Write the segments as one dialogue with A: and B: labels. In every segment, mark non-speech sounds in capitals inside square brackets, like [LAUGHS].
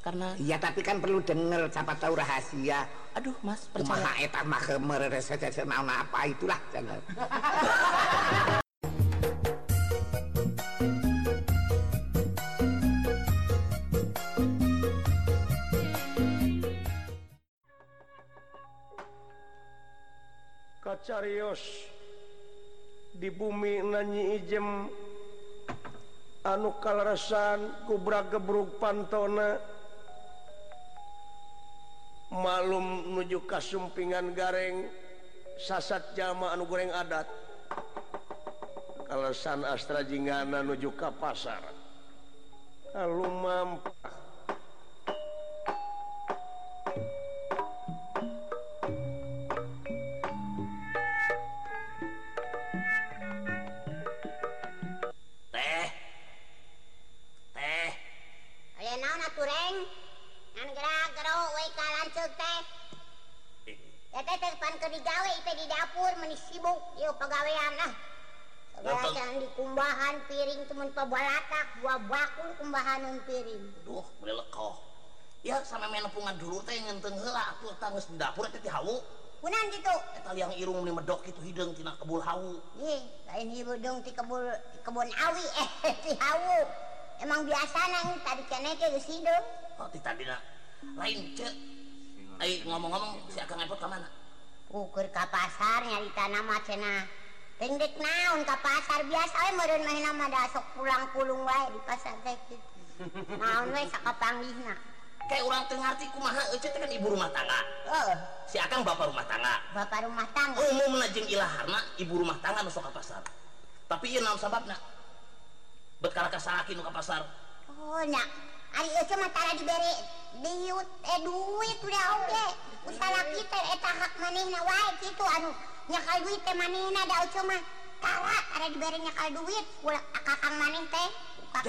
A: karena
B: Iya tapi kan perlu denger siapa tahu rahasia.
A: aduh mas percaya
B: Kumaha eta mah kemereset naon apa itulah. jangan.
C: kacarios di bumi nanyi ijem anu kalaresan kubra gebruk pantona malum nuju kasumpingan gareng sasat jama anu goreng adat kalasan astra jingana nuju ka pasar kalumam
B: Teh. Teh.
D: Oleh naon atuh reng? Ngan gara-gara we ka lanceuk teh. Ya teh teh pan keur digawe ieu di dapur meuni sibuk ieu pagawean lah. Segala
B: Bapak-
D: jangan dikumbahan piring temen pabalatak dua bakul kumbahanan piring.
A: aduh boleh lekoh ya sama main nepungan dulu teh ngenteng heula atuh tangis di dapur teh ti hawu
D: Kunan gitu.
A: eta liang irung meni medok kitu hideung tina kebul hawu
D: Ih, lain hibudung ti kebun ti kebun awi [LAUGHS] eh ti hawu. Emang biasa nang tadi keneh teh geus hideung.
A: oh ti tadina lain ce eh ngomong-ngomong si akang epot ka mana
D: Ukur ka pasar nyarita nama cenah. Tindek naon ka pasar biasa we meureun mah nama da sok pulang pulung wae di pasar teh kitu. Naon we sakapanggihna.
A: kayak orang teu ngarti kumaha euy teh kan ibu rumah tangga
D: Heeh,
A: si akang bapak rumah tangga
D: bapak rumah tangga.
A: umumna jeung ilaharna ibu rumah tangga nu sok ka pasar tapi ieu naon sababna bet karakasaki nu ka pasar
D: Oh, nya. Ari eueuh mah tara dibere diut eh duit udah oge. Usaha kita eta hak manehna wae kitu anu nyakal duit teh manehna da eueuh mah tara ada dibere nyakal duit ulah kakang maneh teh.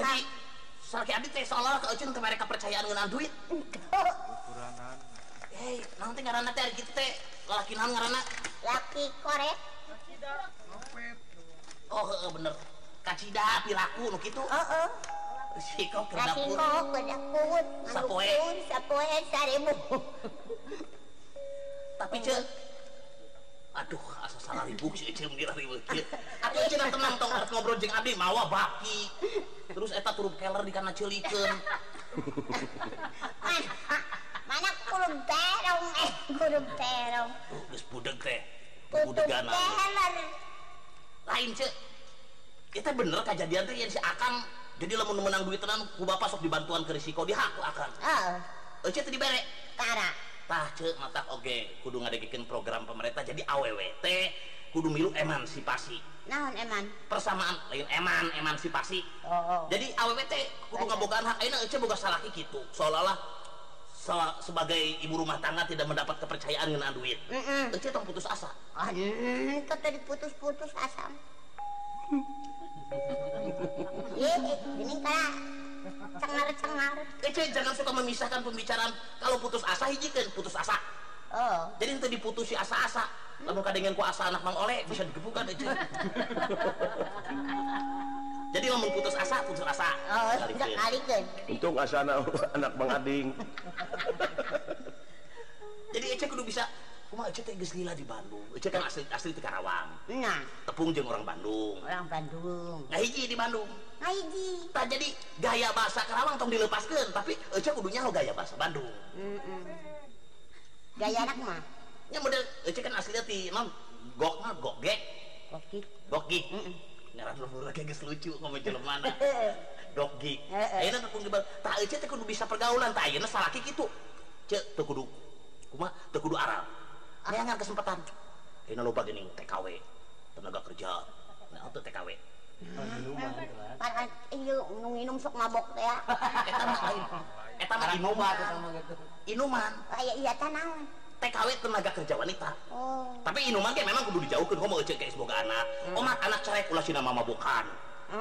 A: jadi
D: Kakang.
A: sarki abdi teh seolah ka euceun teu mere kepercayaan ngeunaan duit hei naon teh ngaranna teh ari kitu teh lalaki naon ngaranna
D: [LAUGHS] Laki korek.
A: oh heeh bener kacida piraku nu kitu
D: Heeh.
A: si kok ke
D: Rasin
A: dapur
D: kok bedak kuut,
A: Sapoe.
D: ngadukun, sapoe saribu.
A: tapi ce aduh asa salah ribuk sih ce mengira ribuk atau ce dah tenang tong harus ngobrol jeung abdi mawa baki terus eta turun keler di kana ceulikeun
D: Man, Ah, mana kurung terong, eh kurung terong.
A: tuh geus budeg teh
D: Tutup
A: budegan
D: teler.
A: lain ce kita bener kejadian teh yang si akang jadi lamun menang duit tenan ku bapak sok dibantuan ke risiko di hak ku akang
D: Oh,
A: euy teh dibere
D: kara.
A: tah ce mata oge kudu ngadegikeun program pemerintah jadi AWWT kudu milu emansipasi
D: Naon eman?
A: persamaan lain eman emansipasi
D: Oh,
A: jadi AWWT kudu ngabogaan hak ayeuna euy boga salaki kitu seolah-olah se- sebagai ibu rumah tangga tidak mendapat kepercayaan ngeunaan duit
D: Mm-mm.
A: euy tong putus asa
D: Oh, mm, itu tadi putus-putus asam. Ih, gini kala cengar-cengar.
A: Ece Eh, jangan suka memisahkan pembicaraan kalau putus asa hijikan putus asa
D: Oh,
A: jadi itu diputus si asa-asa lamun kadengen ku asa anak mang oleh bisa eh, digebukan Ece jadi lamun putus asa putus asa
D: oh,
A: Kalikeun.
D: sekali kan.
C: untung asana [LAUGHS] anak bang ading
A: jadi Ece kudu bisa kumaha Ece teh geus lila di Bandung Ece kan asli asli di Karawang
D: Nah,
A: tepung jeung orang Bandung
D: orang Bandung.
A: ngahiji di Bandung
D: Ngaji.
A: Tah jadi gaya bahasa Karawang tong dilepaskeun tapi Ece kudunya lo gaya bahasa Bandung
D: Gaya anak mah.
A: nya model Ece kan aslinya ti non gok mah gogek
D: Koki.
A: Dogi. Ngaran lembur lagi geus lucu
D: [LAUGHS]
A: ngomong jelema na. Dogi.
D: Heeh.
A: Ayeuna tepung dibal. Tah euy teh kudu bisa pergaulan tah ayeuna salaki kitu. Ce teu kudu kumaha teu kudu aral. Neangan kesempatan. Ayeuna loba geuning TKW, tenaga kerja. Nah, untuk TKW.
D: Parah ieu nu eh, nginum sok mabok teh. ya.
A: Eta mah lain. Eta mah inuman. Inuman.
D: Aya iya teh naon?
A: TKW tenaga kerja wanita.
D: Oh.
A: tapi inuman ge memang kudu dijauhkeun komo ece geus boga anak omat anak cerek ulah sina mamabokan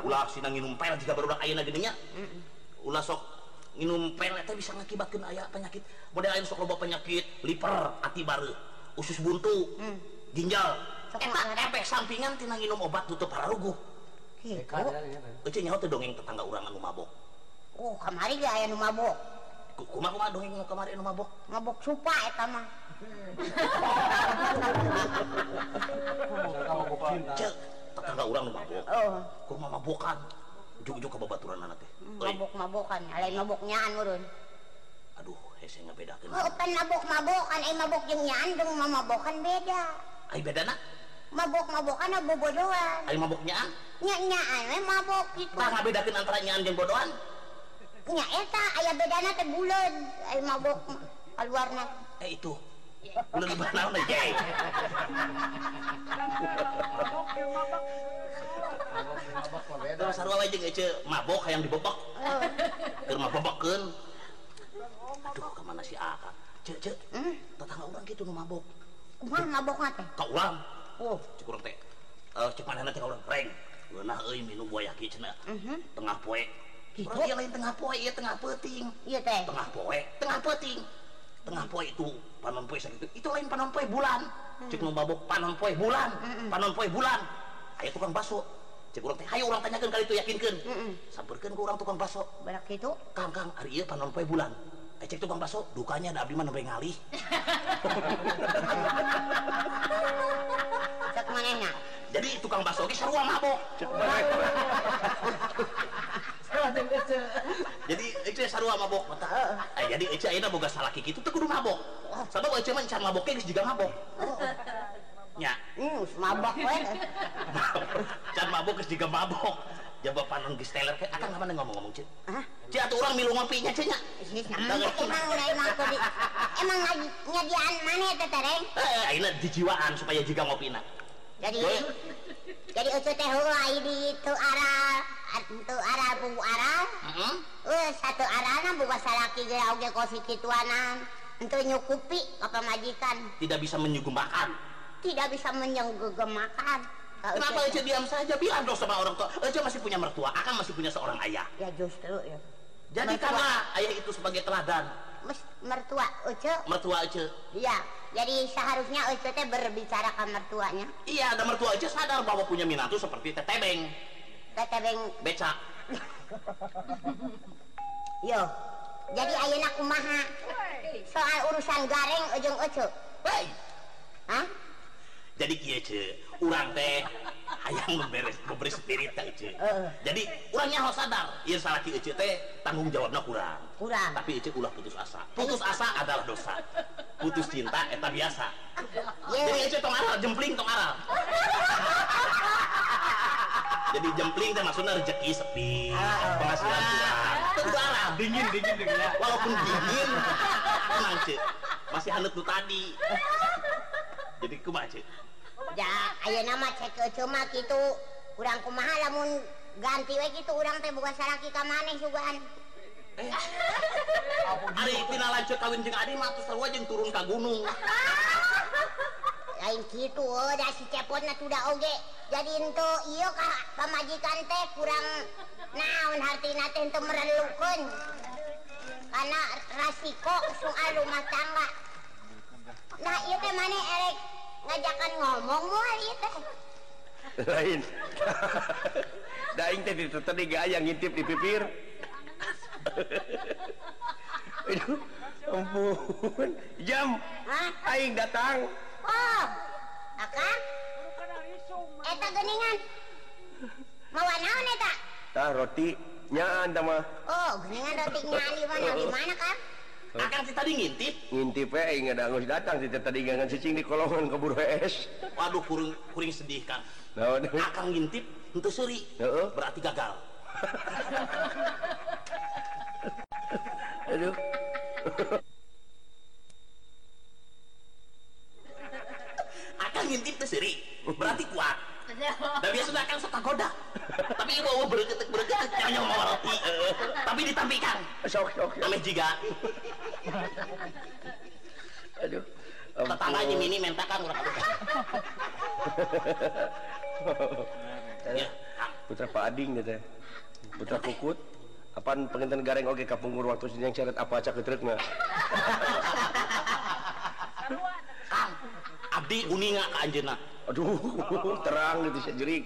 A: ulah sina nginum pel jika barudak ayeuna geuning nya ulah sok nginum pel eta bisa ngakibatkeun aya penyakit model lain sok loba penyakit liver ati bareuh usus buntu ginjal
D: Mm. Sok
A: eta
D: ngaran.
A: efek sampingan tina nginum obat tutup pararuguh
D: Kitu.
A: ece nyaho teh dongeng tetangga urang anu mabok
D: Oh, kamari ge aya nu mabok.
E: kumah kumah dongeng nu kemarin nu mabok
D: ngobok supa eta mah
E: cek tetangga orang nu mabok
D: oh
E: kumah mabokan ujung-ujung ke babaturan anak teh
D: Hmm,
E: Euy,
D: mabok-mabokan lain mabok nyaan urun
E: aduh hese ngabedakeun
D: oh pan mabok-mabokan ai mabok jeung nyaan jeung mamabokan beda
E: ai bedana
D: mabok-mabokan na bobodohan
E: ai maboknya
D: nya-nyaan we mabok gitu
E: tah ngabedakeun antara nyaan jeung bodohan
D: nya eta aya bedana teh buleud ai mabok keluarna
E: eh itu ulah di mana ya Terus sarua wae jeung ece mabok hayang dibebek. Keur mabobekeun. Aduh, ka mana si Akang? Cek cek. Tetangga urang kitu nu mabok.
D: kumaha mabokna teh
E: Ka urang.
D: oh
E: Cek urang teh. Eh, cek manehna teh ka urang reng. Leunah euy minum buaya kieu cenah. Tengah poe.
D: Gitu.
E: Urang ieu lain tengah poe, ieu tengah peuting.
D: iya teh
E: Tengah poe, tengah peuting. Tengah poe itu panon poe sakitu. Itu lain panon poe bulan. Cek nu mabok panon poe bulan. Panon poe bulan. Aya tukang baso. Cek urang teh, hayo urang tanyakeun kali itu yakinkeun. Sampeurkeun ke urang tukang baso.
D: berak itu
E: Kang Kang hari ieu panon poe bulan. Ecek tukang baso, dukanya ada abdi mah nembe ngalih.
D: cek manehna
E: Jadi tukang baso ge sarua mabok. jadi itu sarua mabok mata. Eh, jadi ece ayeuna boga salah kitu teu kudu mabok. Sabab ece mah can mabok geus juga mabok. Nya, [LAUGHS]
D: hmm mabok we
E: can mabok geus juga mabok. Jaba panon geus teler ke akang mana ngomong-ngomong ceuk.
D: ah
E: Ci atuh urang milu ngopinya ceuk nya.
D: Ih, nanti emang udah emang kudu emang lagi nyediaan mana ya tetereng
E: Eh, ayeuna dijiwaan supaya jiga ngopina.
D: jadi
E: Doi.
D: jadi itu teh heula di tu aral tu aral bubu aral
E: Heeh.
D: eh satu arana buka salaki ge oge kosi kituanan untuk nyukupi ke pemajikan
E: Tidak bisa menyugumakan.
D: tidak bisa menyenggemakan Kau
E: Kenapa
D: itu-
E: Ece diam saja? Bilang dong sama orang tua. Ece masih punya mertua, Akang masih punya seorang ayah.
D: ya justru ya
E: Jadi
D: Mertua.
E: karena ayah itu sebagai teladan,
D: Mes- mertua Ece
E: mertua Ece.
D: iya jadi seharusnya Ece teh berbicara ke mertuanya
E: Iya, ada mertua Ece sadar bahwa punya minatu seperti tetebeng,
D: kata beng
E: becak.
D: yo jadi ayeuna kumaha soal urusan gareng ujung Ece
E: Hei,
D: Hah?
E: jadi kieu Ece, urang teh hayang beberes beberes spirit Ece. Jadi urangnya harus sadar, ieu salaki Ece teh tanggung jawabnya kurang.
D: kurang Iya.
E: Tapi Ece ulah putus asa. Putus asa adalah dosa. Putus cinta eta biasa. Jadi
D: ye
E: Ece tong aral, jempling tong aral. Jadi jempling teh maksudnya rezeki sepi,
D: Ah,
E: penghasilan kurang. Tentu arah
B: dingin dingin dingin ya.
E: walaupun dingin tenang cek masih hangat tuh tadi jadi kumaha cek
D: Ya, ayo nama cek cuma gitu kurang kumaha lamun ganti we gitu urang teh bukan saraki ka maneh sugaan
E: hari tina lanjut kawin jeung adi mah terus sarua jeung turun ka gunung
D: lain gitu euy da si cepotna tuh da oge jadi henteu ieu ka pamajikan teh kurang naon hartina teh henteu merelukeun karena rasiko soal rumah tangga nah ieu teh maneh erek ngajakan ngomong moal ieu teh
C: lain [LAUGHS] daing teh itu tadi gak yang ngintip di pipir [LAUGHS] aduh ampun jam
D: hah
C: aing datang
D: Oh, akang? Eta geningan. Mawa naon eta?
C: tah roti nyaan tama
D: Oh, geningan roti nyali mana di mana kang?
E: akan si tadi ngintip
C: ngintip we aing ngadangus datang si teh tadi gangan cicing di kolongan keburu es
E: waduh kuring kuring sedih kan
C: naon
E: akan ngintip henteu seuri
C: Nah, Heeh.
E: berarti gagal
C: aduh
E: akan ngintip teu seuri berarti kuat dan biasanya akan suka goda tapi ieu bawa bergetek bergetek nyong mau roti tapi ditampikan
C: sok sok sok.
E: Ameh jiga
C: aduh
E: tetangga jeung ini mentakan urang ya Kang.
C: putra Pak Ading gitu putra Kukut apaan penginten gareng oke kapungur waktu sini yang syarat apa acak ketret mah
E: Kang, Abdi uninga ka anjeunna.
C: aduh terang gitu sejerik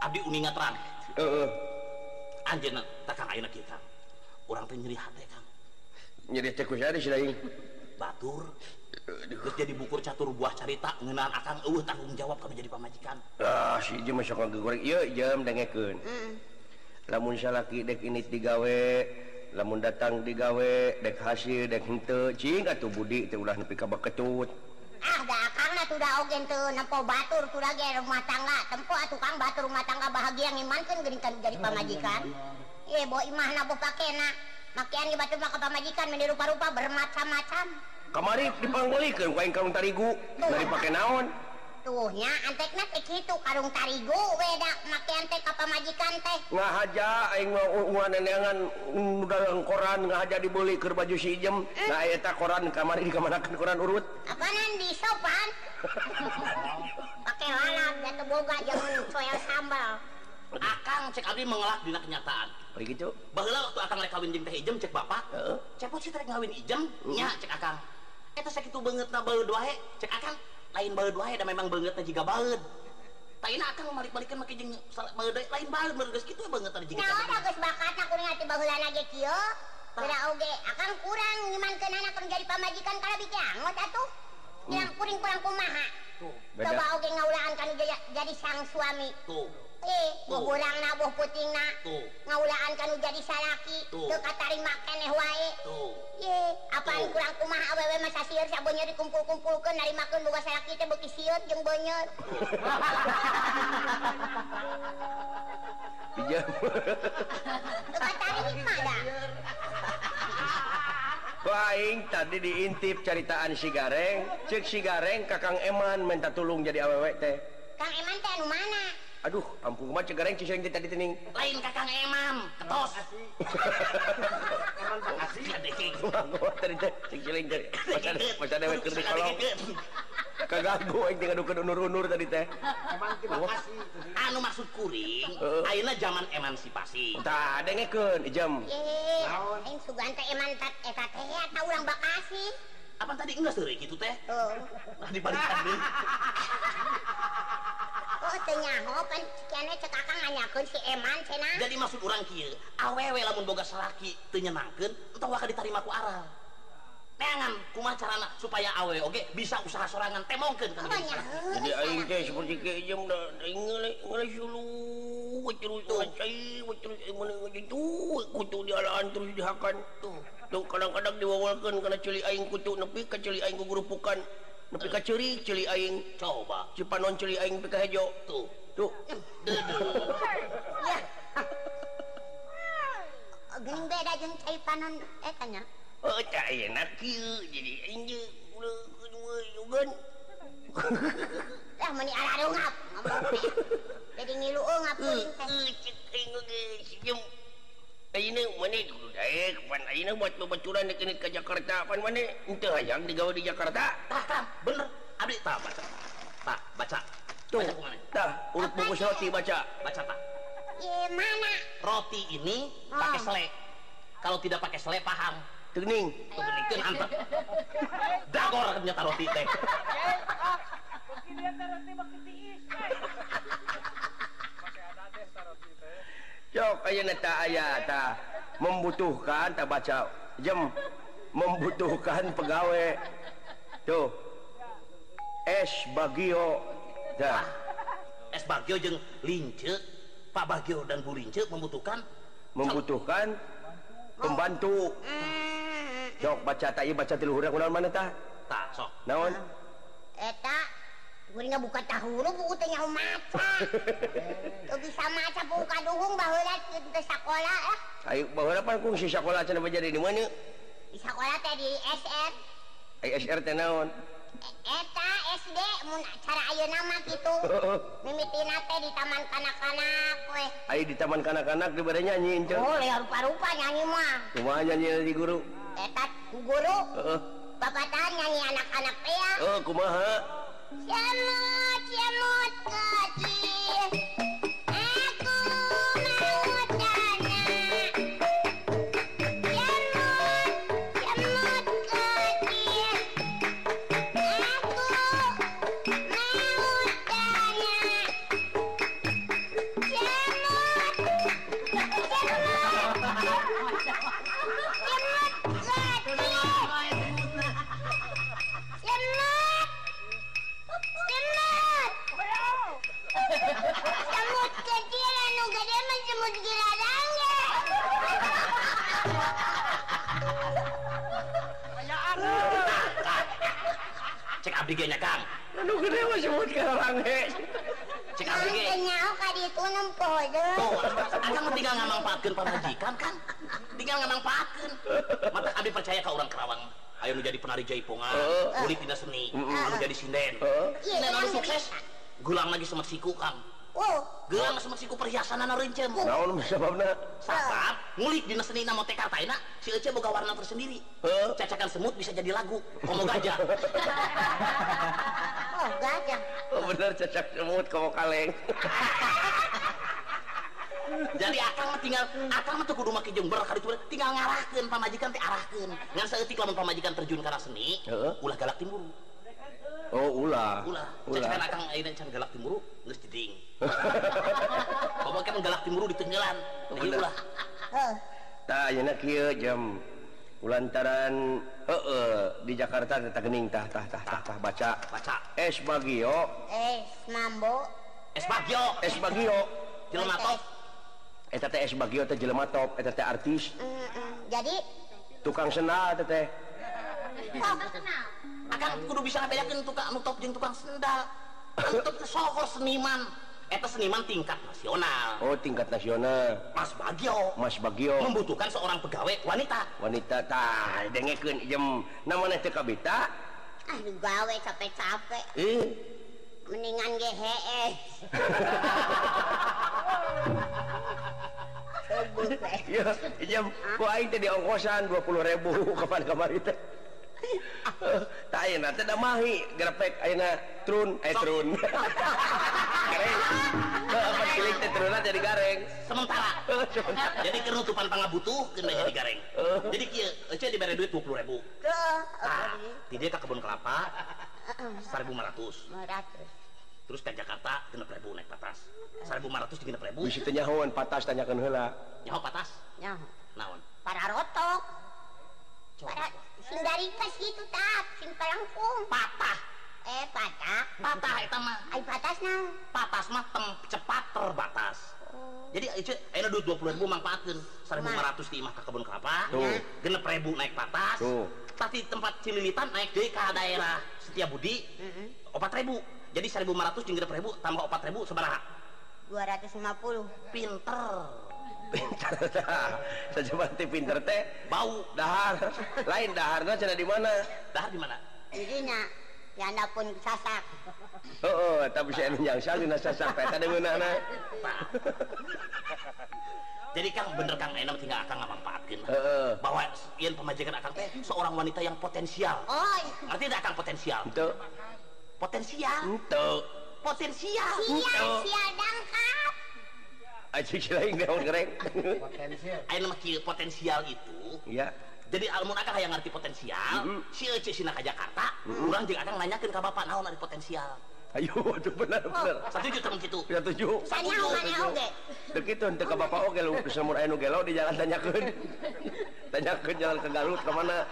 E: Abdi uninga terang.
C: Heeh.
E: Anjeunna takang ayeuna kita. Urang teh nyeri hati, Kang.
C: Nyedih teh ku sari sih
E: batur Geus jadi bukur catur buah carita ngeunaan akang eueuh tanggung jawab kami jadi pamajikan
C: Ah, si ieu mah sok ngagoreng ieu jam dengekeun. Lamun salaki dek ini digawe, lamun datang digawe, dek hasil dek henteu, cing atuh budi teh ulah nepi ka baketut.
D: Ah, da karena sudah ogen tuh nempo batur tuh lagi rumah tangga. Tempo atuh kang batur rumah tangga bahagia ngimankeun geuning kan jadi pamajikan. Ye, bo imah na pakena. Makian ge batur mah ka pamajikan meni rupa-rupa bermacam-macam.
C: Kamari dipanggulikeun ku aing karung tarigu, bari pake naon?
D: Tuhnya antekna teh kitu karung tarigu we da makian teh ka pamajikan teh.
C: Ngahaja aing mah u- uan nenengan mm, dalam koran ngahaja dibeli keur baju si ijem. Nah eta koran kamari dikamanakeun koran urut.
D: Apaanan di
E: [LAUGHS]
D: sopan? Pakai lalap jatuh boga jangan soyang sambal.
E: akang cek abdi mengelak dina kenyataan
C: Bari kitu.
E: baheula waktu akang rek kawin jeung teh ijem cek bapak
C: Heeh.
E: cepot sih rek ngawin ijem nya cek akang eta sakitu beungeutna baeud wae cek akang lain baeud wae da memang beungeutna jiga baeud Taina akang balik-balikeun make jeung sal- baeud wae. lain baeud baeud geus kitu beungeutna jiga
D: Nah,
E: baeud.
D: udah geus bakat aku ngati baheula nage kieu. Udah oge, akan kurang ngiman ke nana kun jadi pamajikan kalau bikin angot atuh.
E: Hmm.
D: Yang kuring kurang kumaha.
C: Beda.
D: Coba oge ngaulaan kan jadi, jadi sang suami.
E: tuh
D: Eh,
E: Tuh.
D: bohorang na, boh puting na.
E: tuh
D: Ngaulaan kan jadi salaki.
E: Tuh.
D: Tuh katarima keneh wae.
E: tuh
D: Ye, apaan
E: Tuh.
D: kurang kumaha awewe masa sieun sabonnya dikumpul-kumpulkeun narimakeun boga salaki teh beuki sieun jeung beunyeut.
C: Ijem.
D: Teu katarima da.
C: Baing tadi diintip ceritaan si Gareng, cek si Gareng kakang Eman minta tulung jadi awewe teh.
D: Kang Eman teh anu mana?
C: Aduh, ampun mah cek Gareng cicing teh tadi [LAUGHS] tening.
E: lain kakang emam ketos Asli ada kek.
C: Mangko tadi teh cek ciling teh. Macan macan dewe keur dikolong. Kaganggu aing tinggal dukeun unur-unur tadi teh.
E: anu maksud kuring ayeuna zaman emansipasi
C: Tah dengekeun ijem.
D: Ye, aing sugan teh Eman tat eta teh eta urang Bekasi.
E: apa tadi enggak sih gitu teh
D: Tuh.
E: nah dibalikan deh
D: Oh, teu nyaho kan kieu cek Kakang nanyakeun si Eman cenah.
E: jadi maksud orang kieu awewe lamun boga salaki teu nyenangkeun entah wae ditarima ku aral neangan kumaha carana supaya awewe oge bisa usaha sorangan temongkeun ka
D: Oh,
E: menyeung salaki.
D: nyaho.
C: Jadi aing teh seperti ke ijem da aing ngelai ngelai sulu. Terus ngacai, terus aing mana ngajin tuh, kutu di alaan terus dihakan.
E: tuh
C: Tuh kadang-kadang diwawalkan karena celi aing kutu nepi ka celi aing gugurupukan. Nepi ka ceri celi aing
E: coba
C: cipanon celi aing nepi ka hejo.
E: tuh
C: Tuh,
E: deudeuh
D: Ya. oh, Geuning beda jeung cai panon eh, eta nya.
C: oh tak enak kieu jadi aing je ulah kedua yogan.
D: Lah meni arah ngap ngomong teh. Jadi ngilu ngap kuring teh.
C: Eh cek aing ge sijem. Ayeuna mana dulu daek pan ayeuna buat babaturan deuk kene ka Jakarta pan mana henteu hayang digawe di Jakarta.
E: tah tah bener abdi tah baca tah baca
C: Tuh,
E: baca kumana
C: tah urut bungkus roti baca.
E: baca tah
D: Ye, mana?
E: roti ini
D: Ah.
E: pakai sele kalau tidak pakai sele paham
C: Teuning.
E: tuh genikeun antep dagor ternyata roti teh
C: Jok ayeuna tah aya tah membutuhkan tah baca jem membutuhkan pegawai. Tuh. Es Bagio. Dah.
E: es bagio jeung lince Pak Bagio dan Bu Lince membutuhkan
C: membutuhkan pembantu. Jok baca tak ieu baca tilu hurang kunaon mana tah?
E: tak sok
C: Naon?
D: Eta Guring buka tahu lu buku teh nyaho maca. Tuh bisa maca buka duhung baheula teu sakola lah.
C: Ayo baheula pan kungsi sakola cenah jadi di mana?
D: Di sekolah teh di SR
C: ISR teh naon? [LAUGHS]
D: E- Eta SD mun cara ayeuna mah gitu Mimitina teh di taman kanak-kanak we
C: Ayo di taman kanak-kanak di bade nyanyi enceu.
D: Oh liar rupa-rupa nyanyi mah
C: Kumaha nyanyi di guru?
D: Eta guru
C: Heeh.
D: Bapak nyanyi anak-anak teh ya
C: Eh, kumaha?
D: Cemut, cemut kecil Aku mau dana Cemut, cemut kecil Aku mau dana Cemut, cemut, cemut kecil
E: abdi ge nya Kang.
C: Aduh gede mah sebut karange.
E: Cek abdi ge.
D: Kan nyaho ka ditu nempo
E: Tuh,
D: deh.
E: akang mah tinggal ngamangpaatkeun pamajikan, Kang. Tinggal ngamangpaatkeun. Mata abdi percaya ka urang Karawang. Ayo nu jadi penari jaipongan,
C: Heeh.
E: ulik dina seni,
C: Heeh.
E: anu jadi sinden.
C: Heeh.
D: Iya,
E: Sinden anu sukses, gulang lagi sama siku, Kang.
D: Oh,
E: Gelang sama siku perhiasan anu reuncem.
C: Naon sababna?
E: Sabab ngulik dina seni nama teh kartaena si Ece boga warna tersendiri.
C: Heeh.
E: Cacakan semut bisa jadi lagu.
C: [LAUGHS]
E: Komo gajah.
D: oh gajah.
C: Oh, bener cacak semut kamu kaleng.
E: jadi akang mah tinggal akang mah teu kudu make jember ka ditu tinggal ngarahkeun pamajikan teh arahkeun. Ngan saeutik lamun pamajikan terjun kana seni,
C: Heeh.
E: ulah galak timburu.
C: Oh, ulah.
E: Ulah.
C: Ulah.
E: Cacakan akang ayeuna can galak timburu geus
C: [LAUGHS]
E: jeding. Komo kan galak timburu ditenggelan. Jadi
C: Bener.
E: ulah.
D: Heh.
C: Tah ayeuna kieu jam ulantaran heeh di Jakarta teh gening tah tah tah tah tah baca.
E: Baca.
C: Es Bagio,
D: Eh, mambo.
E: Es bagio,
C: es Bagio.
E: jelema top.
C: Eta teh es Bagio teh jelema top, eta teh artis,
D: Mm-mm. Jadi,
C: tukang sendal eta teh.
D: tok.
E: Akang kudu bisa ngabedakeun tukang anu top jeung tukang sendal. Anu top teh sohor seniman. Eta seniman tingkat nasional.
C: Oh, tingkat nasional.
E: Mas Bagio
C: Mas Bagio.
E: membutuhkan seorang pegawai wanita.
C: wanita tah dengekeun jem namana teh kabita
D: Aduh, gawe capek-capek.
C: eh
D: Mendingan gehe eh. Sebut eh.
C: ya jem ku aing teh di ongkosan [LAUGHS] 20.000 kapan kamari teh tak ayeuna teh da mahi grepek ayeuna trun eh trun gareng Heuh, pas kilik teh trunna jadi gareng
E: Sementara.
C: Heuh, sebentar.
E: Jadi kenutupan pangabutuh kena jadi gareng. Jadi kieu, ece dibere duit 20 ribu.
D: Tuh,
E: Nah, di dia ke kebun kelapa 1.500.
D: Meratus.
E: Terus ke Jakarta 6 ribu naik patas. 1.500 di 6 ribu.
C: bisi teh nyahoan patas tanyakeun heula [LAUGHS]
E: Nyaho patas.
D: Nah,
E: Naon?
D: para rotok. Para sing dari pas gitu tak, sing pelengkung.
E: Patah.
D: Eh, patah.
E: Patah eta mah.
D: Ay, patas nang.
E: Patas mah tem cepat terbatas.
C: Oh.
E: Jadi itu ayeuna duit 20 ribu mangpaatkeun. 1.500 di imah ke kebun kelapa.
C: Tuh.
E: Genep ribu naik patas.
C: Tuh.
E: Tapi tempat cililitan naik deui ke daerah Setia Budi. Opat ribu. Jadi 1.500 jeung genep ribu tambah opat ribu sabaraha?
D: 250.
E: Pinter.
C: pinter tah sajaba teh pinter teh
E: Bau.
C: dahar lain daharna cenah di mana
E: Dahar di mana?
D: Jadi nak, janda pun sasak.
C: heeh eta bisa anu nyangsa dina sasak eta deungeunana
E: Tah. Jadi Kang bener Kang enak tinggal Akang ngamanfaatkeun.
C: Heeh.
E: Bahwa yen pemajikan Akang teh seorang wanita yang potensial.
D: Oh,
E: Ngerti tidak Akang potensial?
C: Untuk
E: Potensial.
C: Untuk
E: Potensial.
D: iya, siadang kak.
C: Acik lain daun [LAUGHS] gereng
E: Ayo nama kieu potensial itu
C: Ya
E: jadi almun akang hayang ngerti potensial si Ece sina ka Jakarta urang jeung akang nanyakeun ka bapak naon ari potensial
C: Ayo aduh benar benar
E: satu juta mun kitu
C: Bisa tujuh
D: Sana mana oge.
C: Dekitu untuk ke bapak oke lu Semur anu gelau di jalan tanyakeun [LAUGHS] Tanyakeun jalan ke Garut kemana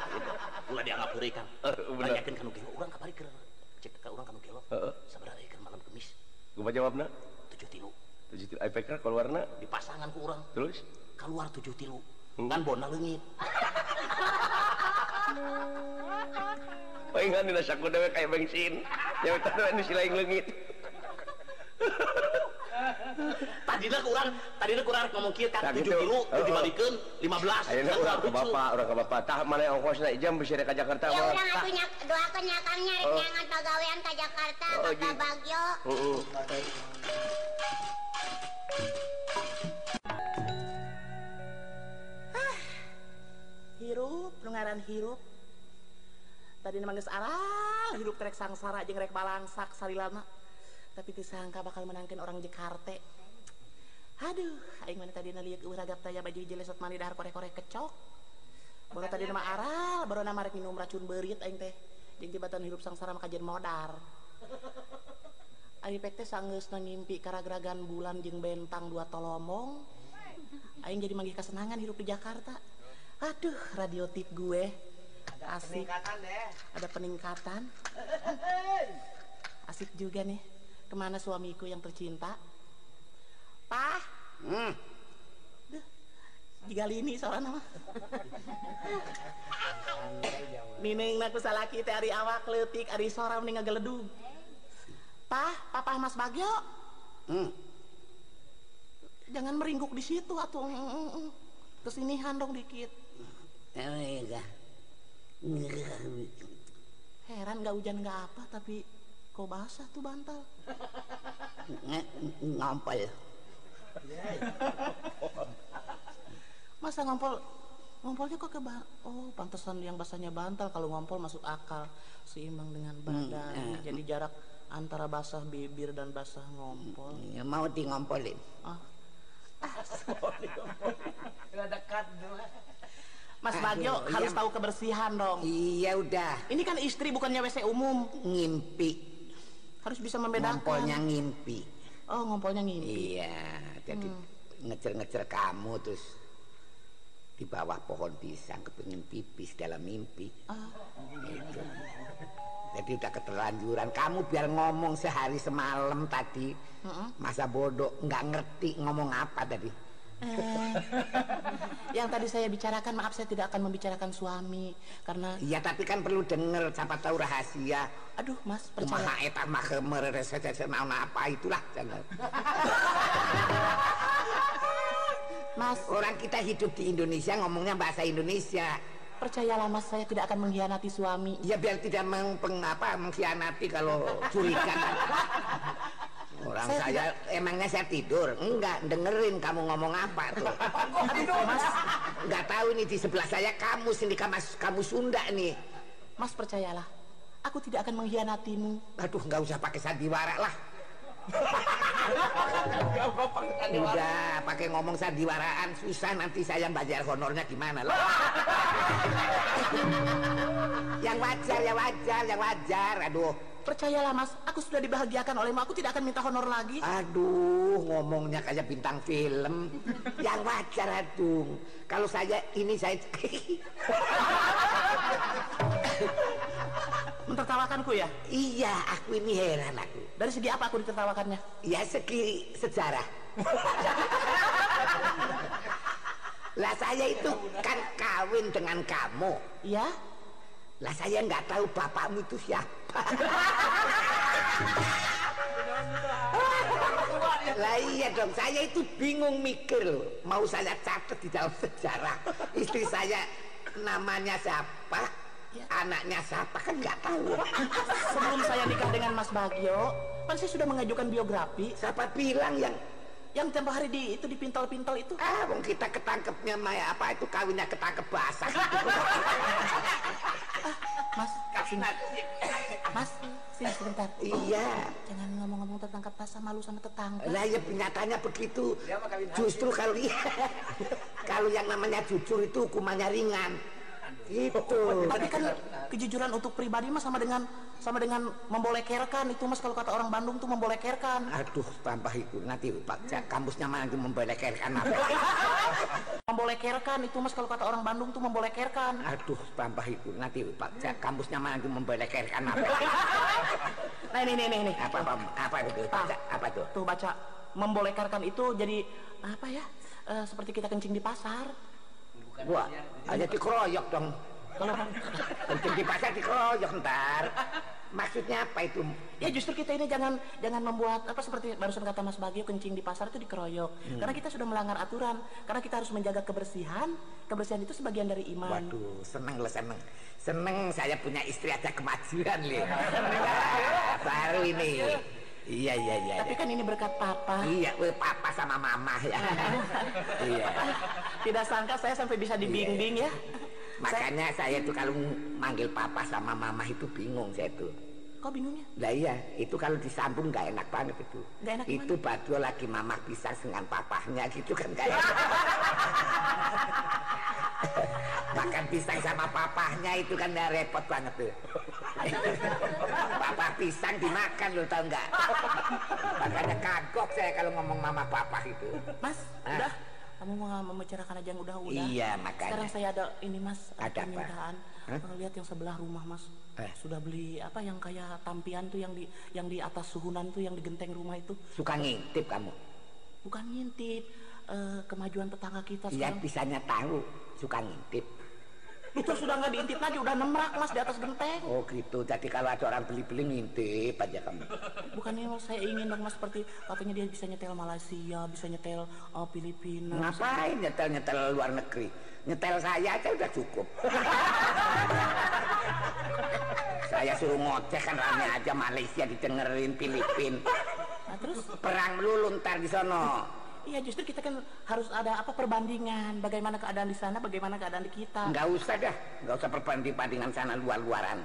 E: ulah dianggap heureuy Kang
C: Eh, bener. Eh,
E: nanyakeun kanu gelo urang kabari keur cek ka urang kanu gelo
C: Heeh.
E: sabaraha ieu keur malam kemis
C: Gue jawabnya
E: tujuh tilu
C: Tujuh tilu IPK keluarna
E: dipasangan ku urang
C: Terus
E: keluar tujuh tilu
C: Eh. Hmm.
E: kan bona leungit
C: Palingan dina saku dewe kayak bensin Ya betul ini si lain leungit
E: tadina ku urang tadina ku urang rek ngomong kieu
C: Nah,
E: kan
C: gitu.
E: tujuh tilu
C: Heeh.
E: dibalikeun 15
C: Ayo orang eh. ke
E: lucu.
C: bapak Orang ke bapak Tah mana ongkosna jam bisa ke Jakarta
D: Ya
C: mah.
D: orang aku nyak, doakan nyakang nyari nyangan pegawaian ke Jakarta,
C: Oh,
D: kota
C: gitu.
D: Bagio.
C: Heeh.
B: hirup nu ngaran hirup tadi nama geus aral hirup terek sangsara jeung rek balangsak sarilana tapi disangka bakal menangkan orang Jakarta aduh aing mana tadi naliuk eueuh ragap taya baju hiji lesot mani dahar korek-korek kecok baru tadi nama aral baru nama rek minum racun beureut aing teh jeung tibatan hirup sangsara maka jeung modar Ari pek teh sanggeus nu ngimpi karageragan bulan jeung bentang dua tolomong Aing jadi manggih kesenangan hidup di Jakarta. Aduh, radiotik gue. Asik. Ada peningkatan. Asik juga nih. Kemana suamiku yang tercinta? Pah. Duh, Jika lini seorang nama. Nining mah kusalaki teh ari awak leutik ari sorang ning ngageledug. Pah, papah Mas Bagyo.
A: Hmm.
B: Jangan meringkuk di situ atuh. Kesinihan dong dikit.
A: Eh, enggak. Enggak.
B: Heran gak hujan gak apa tapi kok basah tuh bantal.
A: Nge- ngompol
B: Masa ngompol ngompolnya kok ke ba- Oh, pantesan yang basahnya bantal kalau ngompol masuk akal seimbang dengan badan.
A: Hmm, eh.
B: Jadi jarak antara basah bibir dan basah ngompol.
A: Ya, mau di ngompolin
B: Ah. Mas Bagyo
A: Aduh,
B: harus
A: iya.
B: tahu kebersihan dong.
A: iya udah
B: Ini kan istri bukannya WC umum.
A: ngimpi
B: Harus bisa membedakan.
A: ngompolnya ngimpi
B: Oh, ngompolnya ngimpi.
A: iya jadi ngecer-ngecer kamu terus di bawah pohon pisang kepingin pipis dalam mimpi
B: Ah.
A: Gitu. jadi udah keterlanjuran kamu biar ngomong sehari semalam tadi masa bodoh nggak ngerti ngomong apa tadi
B: Eh, yang tadi saya bicarakan, maaf saya tidak akan membicarakan suami karena
A: iya tapi kan perlu denger siapa tahu rahasia
B: aduh Mas
A: Kumaha
B: percaya.
A: eta mah mereset naon apa itulah cenah.
B: Mas
A: Orang kita hidup di Indonesia ngomongnya bahasa Indonesia.
B: percayalah Mas saya tidak akan mengkhianati suami.
A: Ya biar tidak mengpeng, apa, mengkhianati kalau curiga. Orang
B: Saya
A: saya, emangnya saya tidur? Enggak, dengerin kamu ngomong apa tuh. Mas, enggak tahu nih di sebelah saya kamu sini kamu kamu Sunda nih.
B: Mas percayalah, aku tidak akan mengkhianatimu.
A: Aduh, nggak usah pakai sandiwara lah. Udah, pakai ngomong sandiwaraan susah nanti saya bayar honornya gimana lah. yang wajar, yang wajar, yang wajar. Aduh,
B: Percayalah Mas, aku sudah dibahagiakan olehmu. Aku tidak akan minta honor lagi.
A: aduh, ngomongnya kayak bintang film. yang wajar, aduh. Kalau saya ini saya [LAUGHS]
B: Mentertawakanku ya.
A: iya, aku ini heran aku.
B: Dari segi apa aku ditertawakannya?
A: Ya segi sejarah. lah saya itu kan kawin dengan kamu.
B: Ya,
A: Lah saya nggak tahu bapakmu itu siapa. lah iya dong, saya itu bingung mikir loh. Mau saya catat di dalam sejarah. Istri saya namanya siapa, anaknya siapa kan nggak tahu.
B: sebelum saya nikah dengan Mas Bagio, kan saya sudah mengajukan biografi
A: Siapa bilang yang
B: yang tempo hari di itu dipintal-pintal itu.
A: Ah, wong kita ketangkepnya Maya apa itu kawinnya ketangkep basah.
B: Ah, Mas, sini. Mas, sini sebentar.
A: iya.
B: Jangan ngomong-ngomong tertangkap basah malu sama tetangga.
A: Lah ya nyatanya begitu. Justru kalau iya, [LAUGHS] kalau yang namanya jujur itu hukumannya ringan. Gitu.
B: Tapi kan kejujuran untuk pribadi mas sama dengan sama dengan membolekerkan itu mas kalau kata orang Bandung tuh membolekerkan.
A: Aduh, tambah itu nanti Pak Cak, kampusnya mana itu membelekerkan apa?
B: Membolekerkan itu mas kalau kata orang Bandung tuh membolekerkan.
A: Aduh, tambah itu nanti Pak Cak, kampusnya mana itu membelekerkan apa?
B: Nah ini ini ini. ini.
A: Apa apa apa itu Pak Cak? Apa tuh?
B: Tuh baca membolekerkan itu jadi apa ya? Eh, seperti kita kencing di pasar.
A: Wah, hanya dikeroyok dong.
B: Kalau
A: Kencing di pasar dikeroyok ntar. Maksudnya apa itu?
B: ya justru kita ini jangan jangan membuat apa seperti barusan kata Mas Bagio kencing di pasar itu dikeroyok. Karena kita sudah melanggar aturan. Karena kita harus menjaga kebersihan. Kebersihan itu sebagian dari iman.
A: Waduh, seneng loh seneng. Seneng saya punya istri ada kemajuan li. Baru ini. Iya iya iya.
B: Tapi
A: iya.
B: kan ini berkat papa.
A: Iya, weh, papa sama mama ya. iya.
B: Tidak sangka saya sampai bisa dibimbing ya.
A: Makanya saya tuh kalau manggil papa sama mama itu bingung saya tuh.
B: Kok bingungnya?
A: Lah iya, itu kalau disambung nggak enak banget itu.
B: Nggak enak
A: itu Badro lagi mamah pisang dengan papahnya gitu kan
B: [LAUGHS]
A: nggak enak. Makan pisang sama papahnya itu kan nggak repot banget
B: [LAUGHS]
A: tuh. Papah pisang dimakan lo tau nggak? Makanya kagok saya kalau ngomong mama papah itu.
B: Mas,
A: Ah.
B: udah. Kamu mau nggak membicarakan aja yang udah-udah.
A: Iya, makanya.
B: Sekarang saya ada ini mas.
A: Ada apa?
B: permintaan.
A: Hah?
B: Eh, Lihat yang sebelah rumah mas.
A: Eh.
B: Sudah beli apa yang kayak tampian tuh yang di yang di atas suhunan tuh yang di genteng rumah itu.
A: Suka ngintip kamu.
B: Bukan ngintip. eh, kemajuan tetangga kita
A: Iya
B: sekarang.
A: pisahnya tahu, suka ngintip.
B: Itu sudah nggak diintip lagi, udah nemrak mas di atas genteng.
A: Oh gitu, jadi kalau ada orang beli-beli ngintip aja kamu.
B: Bukannya Mas, saya ingin dong mas seperti katanya dia bisa nyetel Malaysia, bisa nyetel eh, Filipina.
A: Ngapain nyetel-nyetel luar negeri? Nyetel saya aja udah
B: [LAUGHS]
A: cukup. saya suruh ngoceh kan rame aja Malaysia didengerin Filipin.
B: Nah terus,
A: Perang melulu ntar di sono.
B: iya justru kita kan harus ada apa perbandingan, bagaimana keadaan di sana, bagaimana keadaan di kita.
A: Nggak usah dah, nggak usah perbanding-bandingan sana luar-luaran.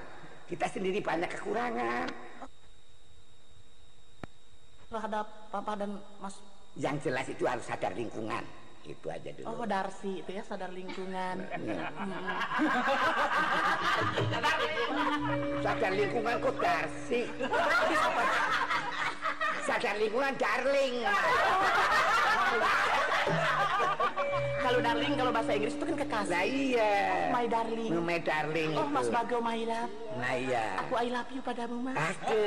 A: Kita sendiri banyak kekurangan.
B: Terhadap Papa dan Mas,
A: Yang jelas itu harus sadar lingkungan. Itu aja dulu.
B: oh Darsi itu ya sadar lingkungan.
A: Sadar lingkungan kok darsi.
B: [LAUGHS]
A: Sadar lingkungan darling.
B: Kalau darling, kalau bahasa Inggris itu kan kekasih.
A: Nah iya.
B: Oh My darling.
A: Ngomel darling
B: Oh
A: itu.
B: Mas Bagio my love,
A: Nah iya.
B: aku I love you padamu Mas.
A: Aku.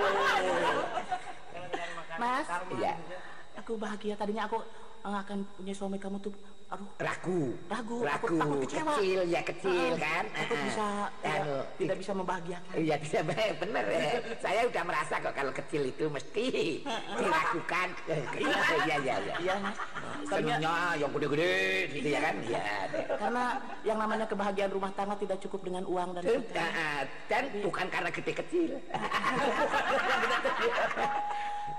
B: Mas,
A: Iya.
B: aku bahagia tadinya aku eh, akan punya suami kamu tuh aduh
A: Ragu.
B: Ragu,
A: Ragu.
B: takut- takut kecewa.
A: Kecil ya kecil
B: Ah,
A: kan.
B: takut
A: Ah,
B: bisa ya,
A: Taruh.
B: tidak bisa membahagiakan
A: Iya bisa [LAUGHS] baik, bener ya. Saya udah merasa kok kalau kecil itu mesti dilakukan. Iya iya iya.
B: Ah, iya mas Tadinya-
A: Serunya yang gede-gede gitu ya kan. Iya.
B: karena yang namanya kebahagiaan rumah tangga tidak cukup dengan uang dan
A: Dan,
B: harta.
A: ah, dan
B: Iya.
A: bukan karena gede-kecil.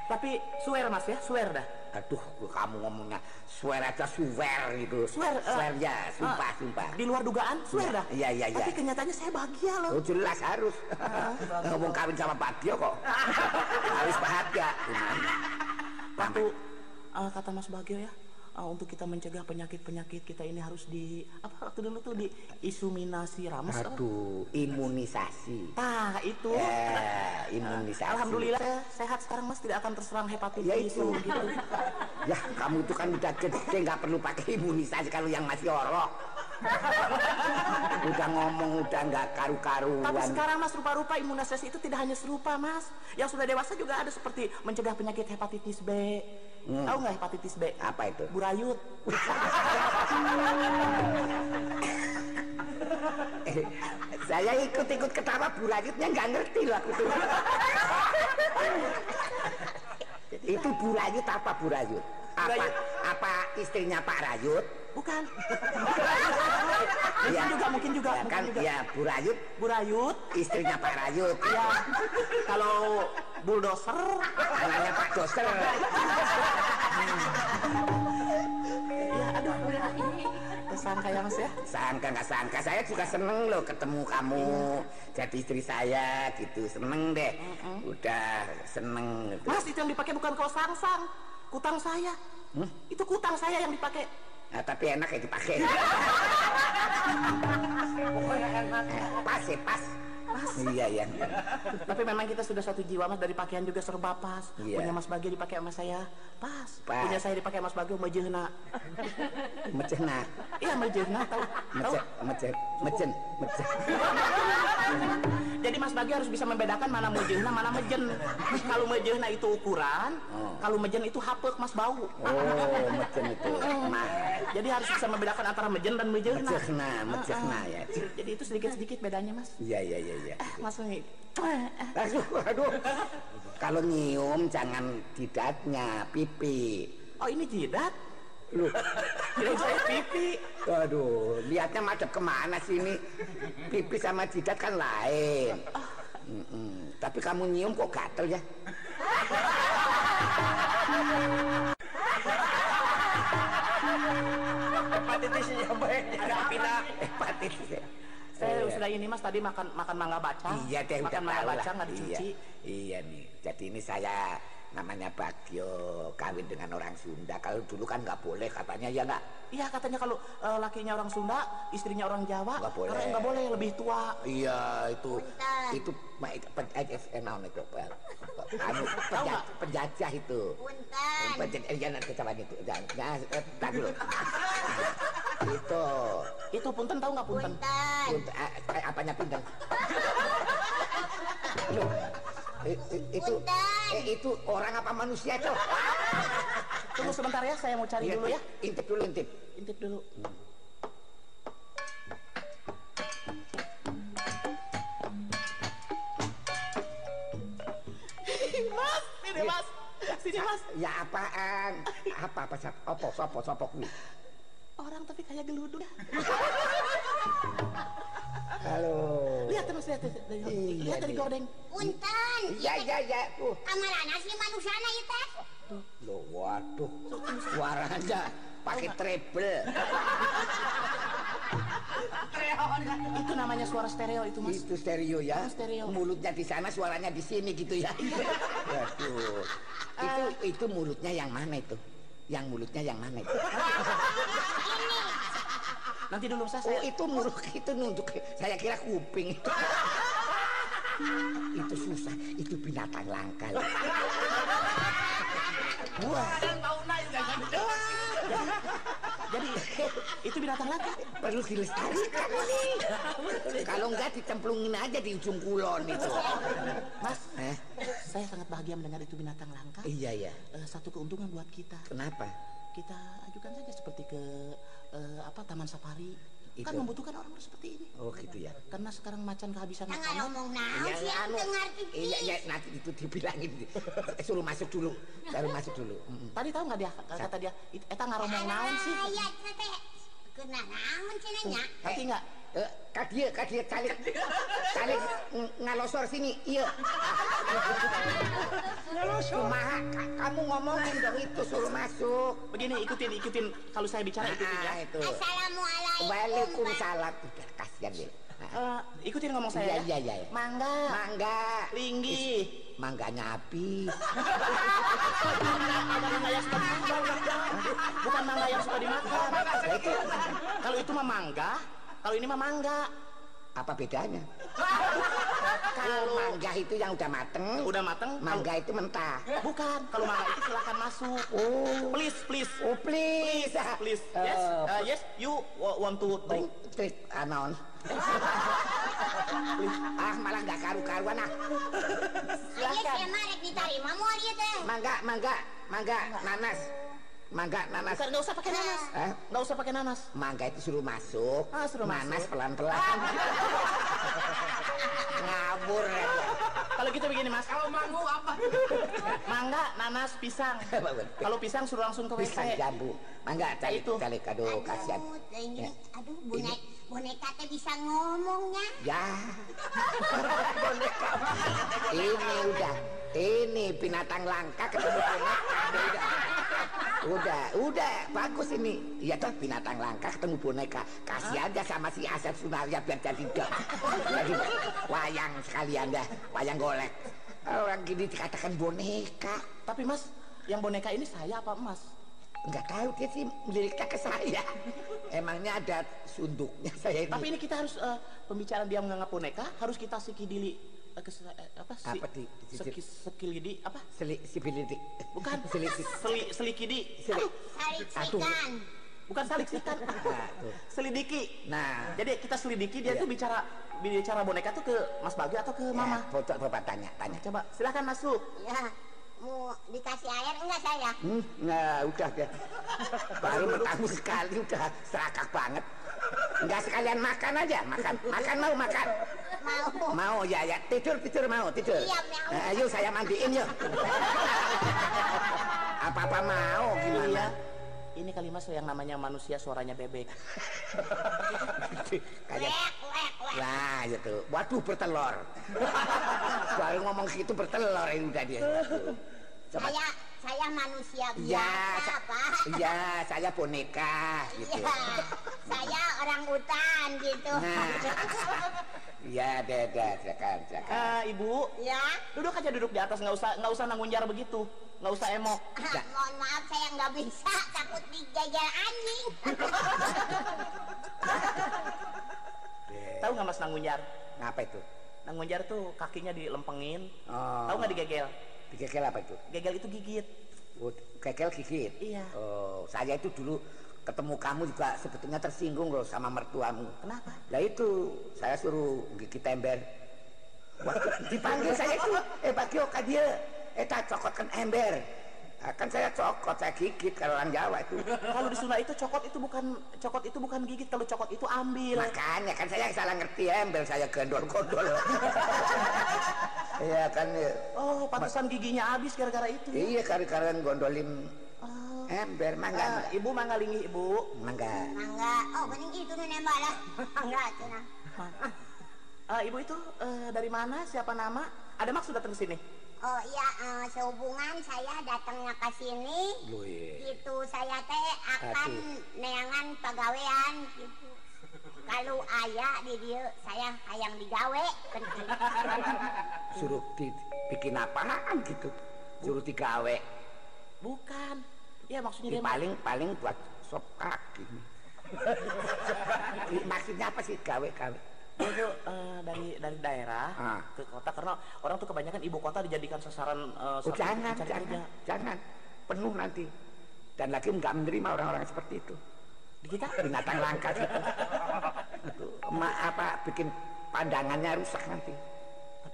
B: tapi swear mas ya swear dah
A: [LAUGHS] Aduh, kamu ngomongnya swear aja swear gitu.
B: Swear, eh.
A: swear ya, sumpah,
B: Ah,
A: sumpah.
B: di luar dugaan swear dah
A: Iya, iya, iya.
B: tapi kenyataannya saya bahagia loh
A: Oh jelas harus.
B: [LAUGHS]
A: Ngomong kawin sama Pak Tio kok. harus bahagia.
B: waktu eh, kata mas bagio ya eh, untuk kita mencegah penyakit-penyakit kita ini harus di apa waktu dulu tuh di isuminasi rames apa?
A: Aduh, imunisasi.
B: Nah, itu.
A: Eh, imunisasi.
B: Alhamdulillah saya sehat sekarang Mas tidak akan terserang hepatitis
A: Ya itu.
B: gitu.
A: Ya, kamu itu kan udah gede, nggak perlu pakai imunisasi kalau yang masih
B: [LAUGHS]
A: orok. udah ngomong udah nggak karu-karuan.
B: Tapi sekarang Mas rupa-rupa imunisasi itu tidak hanya serupa Mas. Yang sudah dewasa juga ada seperti mencegah penyakit hepatitis B.
A: Hmm.
B: Tahu nggak hepatitis B?
A: Apa itu?
B: Burayut.
A: Saya ikut-ikut ketawa Bu Rayutnya nggak ngerti loh aku tuh. Itu Bu Rayut apa Bu Rayut? Apa,
B: Rayut.
A: apa istrinya Pak Rayut?
B: Bukan. mungkin juga, mungkin juga,
A: Ya kan,
B: mungkin juga.
A: ya Bu Rayut,
B: Burayut.
A: istrinya Pak Rayut.
B: Ya. Kalau bulldozer
A: Anaknya Pak Doser.
B: tersangka ya Mas ya.
A: Sangka nggak sangka, saya juga seneng loh ketemu kamu.
B: Iya.
A: Jadi istri saya gitu, seneng deh. Udah seneng. Gitu.
B: Mas itu yang dipakai bukan kaos sangsang, kutang saya.
A: Hmm?
B: Itu kutang saya yang dipakai.
A: Nah, Ah, tapi enak ya dipakai. pas ya, pas. Iya, iya.
B: Tapi memang kita sudah satu jiwa mas dari pakaian juga serba pas.
A: Iya.
B: Punya Mas Bagio dipakai sama saya pas.
A: Pas.
B: Punya saya dipakai Mas Bagio mejeuna.
A: Mecen nah.
B: Iya mejeuna tahu. Tahu.
A: Mecen, mecen, mecen, mecen.
B: Jadi Mas Bagio harus bisa membedakan mana mejeuna mana mejen. Kalau mejeuna itu ukuran, kalau mejen itu hapek Mas bau.
A: Oh, mecen itu. Nah,
B: Jadi harus bisa membedakan antara mejen dan mejeuna.
A: mecen nah, mecen nah ya.
B: Jadi itu sedikit-sedikit bedanya Mas.
A: Iya, iya, iya, iya.
B: Mas Wengi.
A: Aduh, aduh. Kalau nyium jangan di dadnya, pipi.
B: Oh ini jidat.
A: Loh,
B: Jidat saya pipi.
A: aduh, lihatnya madep kemana sih ini? Pipi sama jidat kan lain. Mm-mm. Tapi kamu nyium kok gatel ya?
B: ya,
C: Hepatitisnya baik.
A: Ada pindah hepatitis ya?
B: Saya
A: Iya.
B: sudah ini Mas tadi makan makan mangga baca.
A: Iya deh udah
B: makan mangga
A: tahu
B: baca
A: lah.
B: nggak dicuci.
A: Iya, iya nih. Jadi ini saya namanya Bagio kawin dengan orang Sunda. Kalau dulu kan nggak boleh katanya ya nggak.
B: Iya katanya kalau eh, lakinya orang Sunda, istrinya orang Jawa,
A: Nggak boleh.
B: karena nggak boleh lebih tua.
A: Iya itu
D: Punten.
A: itu penaon itu Pak. Anu, penjajah, penjajah itu.
D: Punten.
A: Penjajah ya nanti sama itu. Jangan jangan, eh, tar dulu. itu
B: Itu punten tahu nggak punten?
D: Punten.
A: Untuk, eh, eh, apanya pindah. [LAUGHS] Loh, i- i- itu
D: Punten.
A: eh, itu orang apa manusia tuh?
B: Tunggu sebentar ya, saya mau cari
A: Iya,
B: dulu [LAUGHS] ya.
A: Intip dulu intip.
B: Intip dulu.
A: Iya.
B: Sini mas,
A: Ya apaan? Apa apa sap? Opo sopo sopo kuwi.
B: orang tapi kayak geluduk.
A: [LAUGHS] Halo.
B: Lihat mas, lihat dari
A: Iya,
B: lihat dari
A: iya. [LAUGHS]
B: gordeng.
D: Punten,
A: Ya ya ya. Uh,
D: kamarana si manusia na ieu teh.
A: lo waduh. Suaranya pakai treble.
B: Itu namanya suara stereo itu mas.
A: Itu stereo ya.
B: Stereo.
A: Mulutnya di sana, suaranya di sini gitu
B: [LAUGHS]
A: ya. Waduh. Itu
B: Eh.
A: itu mulutnya yang mana itu? Yang mulutnya yang mana itu?
B: Nanti dulu mas,
A: Oh
B: [LAUGHS] saya
A: itu mulut itu nunjuk saya kira kuping
B: [LAUGHS]
A: itu. itu susah, itu binatang langka.
B: [LAUGHS]
A: loh. Wah,
B: jadi itu binatang langka.
A: perlu dilestarikan ini. Kalau enggak dicemplungin aja di ujung kulon itu.
B: Mas,
A: Eh,
B: saya sangat bahagia mendengar itu binatang langka.
A: iya ya.
B: Eh, satu keuntungan buat kita.
A: Kenapa?
B: Kita ajukan saja seperti ke eh, apa taman safari. Kan
A: Itu.
B: membutuhkan orang seperti ini.
A: Oh gitu ya.
B: Karena sekarang macan kehabisan
D: Tengah
B: makanan.
D: ngomong naon
A: Yang
D: sih
A: anu,
D: teu ngarti
A: iya, iya,
D: pisan.
A: nanti itu dibilangin [LAUGHS] suruh masuk dulu, baru masuk dulu. Mm-mm.
B: Tadi tahu nggak dia kata dia, "It- eta ngaromong naon sih?
D: Alah, ya teh kena naon cenah nya.
B: Tapi nggak
A: Eh, kadia, kadia, calik, calik ng- ngalosor sini, iya. ngalosor. Kumaha, ka- kamu ngomongin dong itu suruh masuk.
B: begini ikutin ikutin kalau saya bicara ikutin ya.
A: Ah, itu.
D: Assalamualaikum.
A: Waalaikumsalam. Udah, kasihan deh. Ah,
B: Eh, ikutin ngomong saya.
A: Iya, iya, iya, iya.
B: Mangga,
A: Mangga,
B: linggih.
A: mangganya api.
B: Ada mangga yang suka dimakan, bukan mangga yang suka dimakan. Nah,
A: Lah, itu
B: Kalau itu mah mangga, kalau ini mah mangga.
A: apa
B: [LAUGHS]
A: bedanya? Kalau mangga itu yang udah mateng,
B: Udah mateng, kalau-
A: mangga itu mentah.
B: bukan. Kalau mangga itu silakan masuk.
A: Oh,
B: Please, please.
A: oh please,
B: Please.
A: Eh,
B: Yes. uh, yes, you wa- want to drink.
A: Trik
B: [LAUGHS]
A: anon. ah malah nggak karu-karuan ah.
D: Ayo saya mah rek ditarima moal ieu teh.
A: Mangga, mangga, mangga, nanas. Mangga, nanas.
B: Bukan, nggak usah pakai nanas.
A: Eh,
B: Nggak usah pakai nanas.
A: mangga itu suruh masuk.
B: Ah, suruh
A: nanas
B: masuk. Ah.
A: pelan-pelan. [LAUGHS] Ngabur ya.
B: Kalau gitu begini, Mas. Kalau mangga apa? [LAUGHS] Mangga, nanas, [LAUGHS] pisang. Kalau pisang suruh langsung ke
A: Pisang
B: WC.
A: jambu. Mangga, cari
B: Itu.
A: itu. Cari aduh kasihan.
D: Aduh, aduh bonek, boneka teh bisa ngomongnya.
A: Ya. ini udah. Ini binatang langka ketemu boneka. Udah. Udah, udah, bagus ini. Iya toh binatang langka ketemu boneka. Kasih aja sama si Asep Sunaria biar jadi dok. Jadi wayang sekalian dah, wayang golek. Orang gini dikatakan boneka.
B: Tapi Mas, yang boneka ini saya apa Mas?
A: Enggak tahu dia sih liriknya ke saya. Emangnya ada sunduknya saya ini.
B: Tapi ini kita harus eh, pembicaraan dia menganggap boneka harus kita sikidili eh, ke, eh, apa sih?
A: Apa di- di-
B: Seki, sekilidi apa?
A: Seli, sibilitik.
B: Bukan.
A: Selidik.
B: Seli, selikidi.
A: Seli.
B: Aduh,
D: Saricikan.
B: bukan saliksikan.
A: Nah, tuh.
B: Selidiki.
A: Nah,
B: Jadi kita selidiki dia
A: Iya.
B: tuh bicara bicara boneka tuh ke Mas Bagja atau ke Mama.
A: Ya, Bapak, bapak tanya, tanya.
B: Coba silahkan masuk.
D: Ya, mau dikasih air enggak saya?
A: Hmm, nah, udah ya. Baru bertamu sekali udah serakah banget. Enggak sekalian makan aja, makan. Makan mau makan.
D: Mau.
A: Mau ya ya tidur tidur mau tidur.
D: Iya, mau.
A: Nah, yuk saya mandiin yuk. [LAUGHS] Apa-apa mau gimana?
B: Iya. Ini kali Mas yang namanya manusia suaranya bebek.
A: Kayak
D: Lek, lek, lek.
A: Lah gitu. Waduh bertelur. [LAUGHS] Baru ngomong gitu bertelur ini udah dia. Coba.
D: Saya saya manusia
A: Ya,
D: biasa,
A: sa-
D: Iya, Pak.
A: ya, saya boneka gitu.
D: Iya. Saya orang hutan gitu.
A: Nah. Ya, deh, deh, silakan, silakan.
B: Eh, Ibu,
D: Ya.
B: duduk aja duduk di atas nggak usah nggak usah nanggunjar begitu. Nggak usah emok.
A: Ya.
D: [LAUGHS] Mohon maaf saya nggak bisa takut dijajar anjing.
B: Tahu nggak Mas nanggunjar?
A: Nah, Apa itu?
B: Nanggunjar tuh kakinya dilempengin.
A: Oh.
B: Tahu nggak digegel?
A: Dikekil apa itu?
B: Gegel itu gigit.
A: Oh, Kekel gigit.
B: Iya.
A: Oh, saya itu dulu ketemu kamu juga sebetulnya tersinggung loh sama mertuamu.
B: Kenapa?
A: Lah itu saya suruh gigit ember. Waktu dipanggil saya itu, eh bagi oka dia, eh tak cokotkan ember. Akan saya cokot, saya gigit kalau orang Jawa itu.
B: Kalau di Sunda itu cokot itu bukan cokot itu bukan gigit, kalau cokot itu ambil.
A: Nah,
B: [LAUGHS]
A: Makanya kan saya salah ngerti ember, saya gendol-gondol. Iya kan ya.
B: Oh, pantesan giginya habis gara-gara itu.
A: Iya kari-karian gondolin ember mangga.
B: Ah, Oh. ibu mangga linggih, Ibu.
A: Mangga.
D: Mangga. Oh, bening itu nu nembak lah. [LAUGHS] Mangga cenah.
B: Eh, ibu itu eh, dari mana? Siapa nama? Ada maksud datang ke sini?
D: Oh iya, eh, sehubungan saya datangnya ke sini,
A: Lu iya.
D: gitu saya teh akan neangan pegawaian gitu. Kalau ayah di dia, saya hayang
A: [LAUGHS]
D: digawe. kan gitu.
A: Suruh di, bikin apaan gitu. Suruh digawe.
B: Bukan. Ya maksudnya
A: Ini
B: dia
A: paling paling buat sop
B: [LAUGHS]
A: kaki. Ini Maksudnya apa sih gawe gawe?
B: Dia tuh, eh, dari dari daerah
A: Ah.
B: ke kota karena orang tuh kebanyakan ibu kota dijadikan sasaran eh,
A: Oh,
B: satu-
A: jangan,
B: cari kerja.
A: jangan, jangan. Penuh nanti. Dan lagi nggak menerima orang-orang seperti itu.
B: Di kita
A: Binatang langka gitu. Itu, ma, apa bikin pandangannya rusak nanti.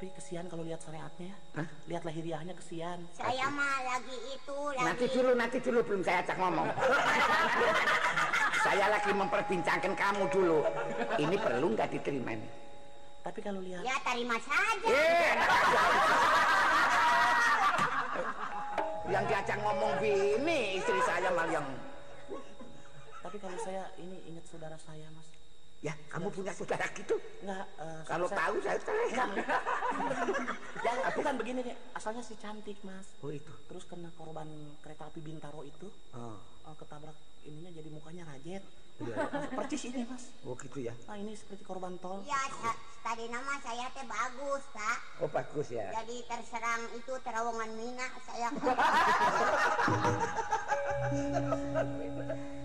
B: tapi kesian kalau lihat syariatnya. ya.
A: Hah?
B: Lihat lahiriahnya kesian.
D: Saya mah lagi itu,
A: Nanti
D: lagi
A: dulu, nanti dulu belum saya ajak ngomong. saya lagi memperbincangkan kamu dulu. Ini perlu nggak diterima nih?
B: Tapi kalau lihat
D: ya terima saja.
A: Eh, enak aja. yang diajak ngomong bini istri saya malah yang
B: tapi kalau saya ini ingat saudara saya, Mas.
A: ya kamu punya saudara gitu
B: Enggak eh,
A: kalau
B: saya-
A: tahu saya cerai
B: [LAUGHS] Ya, bukan begini deh. Asalnya si cantik, Mas.
A: oh itu
B: Terus kena korban kereta api Bintaro itu
A: oh,
B: eh, ketabrak ininya jadi mukanya rajet. iya. Percis ini, Mas.
A: oh gitu ya
B: Nah, ini seperti korban tol.
D: Ya, sa- tadi nama saya teh bagus, Pak.
A: oh bagus ya
D: Jadi terserang itu terowongan mina
A: [LAUGHS]
D: saya.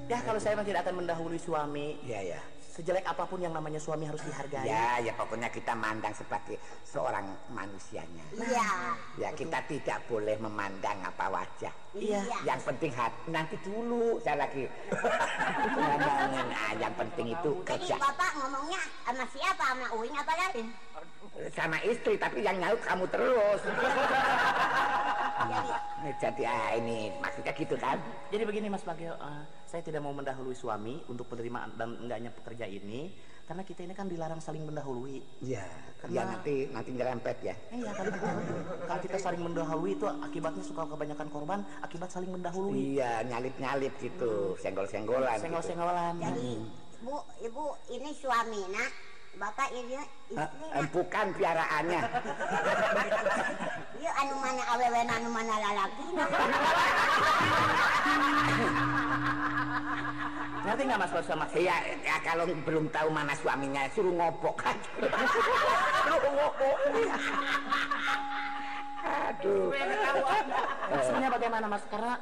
B: Ya kalau saya memang tidak akan mendahului suami
A: ya ya
B: Sejelek apapun yang namanya suami harus dihargai
A: ya ya pokoknya kita mandang sebagai seorang manusianya
D: Iya.
A: ya kita tidak boleh memandang apa wajah
B: Iya.
A: yang penting hati nanti dulu saya lagi ngomongin ah, yang penting itu
D: Jadi
A: kerja
D: bapak ngomongnya sama siapa? Sama Uin apa Larin?
A: sama istri tapi yang nyaut kamu terus
B: Iya.
D: Jadi
A: jadi ah, ini maksudnya gitu kan
B: Jadi begini Mas Bagio eh, Saya tidak mau mendahului suami untuk penerimaan dan enggaknya pekerja ini Karena kita ini kan dilarang saling mendahului
A: Iya, ya
B: Karena-
A: nanti nanti nyerempet ya
B: Iya kalau, kalau kita saling mendahului itu akibatnya suka kebanyakan korban Akibat saling mendahului
A: iya nyalip nyalip gitu Iya. senggol senggolan
B: Hmm. Senggol-senggolan
D: Jadi bu, ibu ini suami nak, bapak
A: Ah,
D: ini
B: Iya.
D: istri nak.
A: empukan Eh, piaraannya
D: Iya anu mana awewe na, anu mana lalaki nak.
B: Ngerti nggak Mas Bagio Mas?
A: iya ya kalau belum tahu mana suaminya suruh kan. ngopok aja suruh ngopok aduh
B: Maksudnya Nah, bagaimana Mas? Karena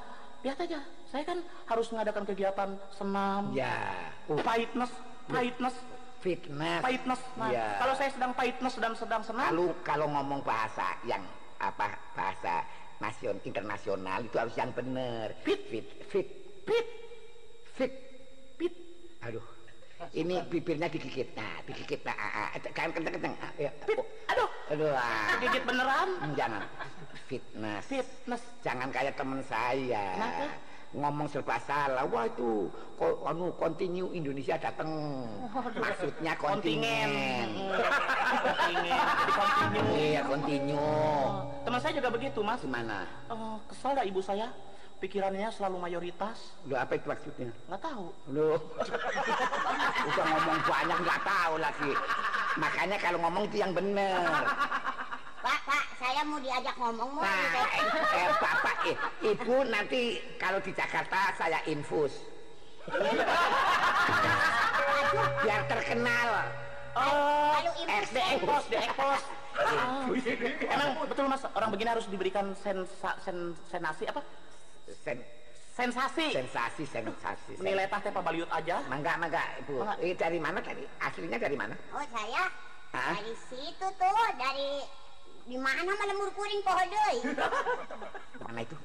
B: lihat aja Saya kan harus mengadakan kegiatan senam
A: ya
B: Pahitness Pahitness
A: fitness
B: Pahitness Mas.
A: Iya.
B: Kalau saya sedang pahitness dan sedang senam
A: lalu kalau ngomong bahasa yang apa bahasa nasion internasional itu harus yang benar fit fit fit fit fit fit aduh ini bibirnya digigit nah digigit nah ah, ah. kalian kentang kentang ah, ya. Oh,
B: Aduh,
A: aduh ah.
B: gigit beneran.
A: Hmm, jangan fitness
B: Fitness.
A: jangan kayak teman saya
B: Kenapa?
A: ngomong serba salah wah itu ko, anu continue Indonesia datang maksudnya
B: Kontingen.
A: kontingen
B: Hmm, Kontingen. Jadi kontinu.
A: iya continue
B: Teman saya juga begitu, Mas.
A: gimana
B: Eh, kesel dah ibu saya. Pikirannya selalu mayoritas.
A: Lu apa itu maksudnya?
B: Nggak tahu.
A: Lu [LAUGHS] udah ngomong banyak nggak tahu lagi. Makanya kalau ngomong itu yang bener.
D: Pak, pak, saya mau diajak ngomong mau.
A: Nah,
D: gitu.
A: eh, eh, bapak, eh, ibu nanti kalau di Jakarta saya
B: [LAUGHS]
A: infus. Biar terkenal.
B: Oh,
D: Kalau ibu
A: eh,
B: di ekpos, di ekpos. Emang betul mas, orang begini harus diberikan sensa, sen, senasi apa?
A: Sen-
B: Sensasi.
A: sensasi, sensasi. sen-
B: Nilai teh pabaliut aja.
A: Mangga, mangga, ibu.
B: Mangga.
A: Eh, dari mana tadi? Aslinya dari mana?
D: Oh saya
A: Hah?
D: dari situ tuh dari di mana mah lemur kuring pohon deui.
A: Mana itu?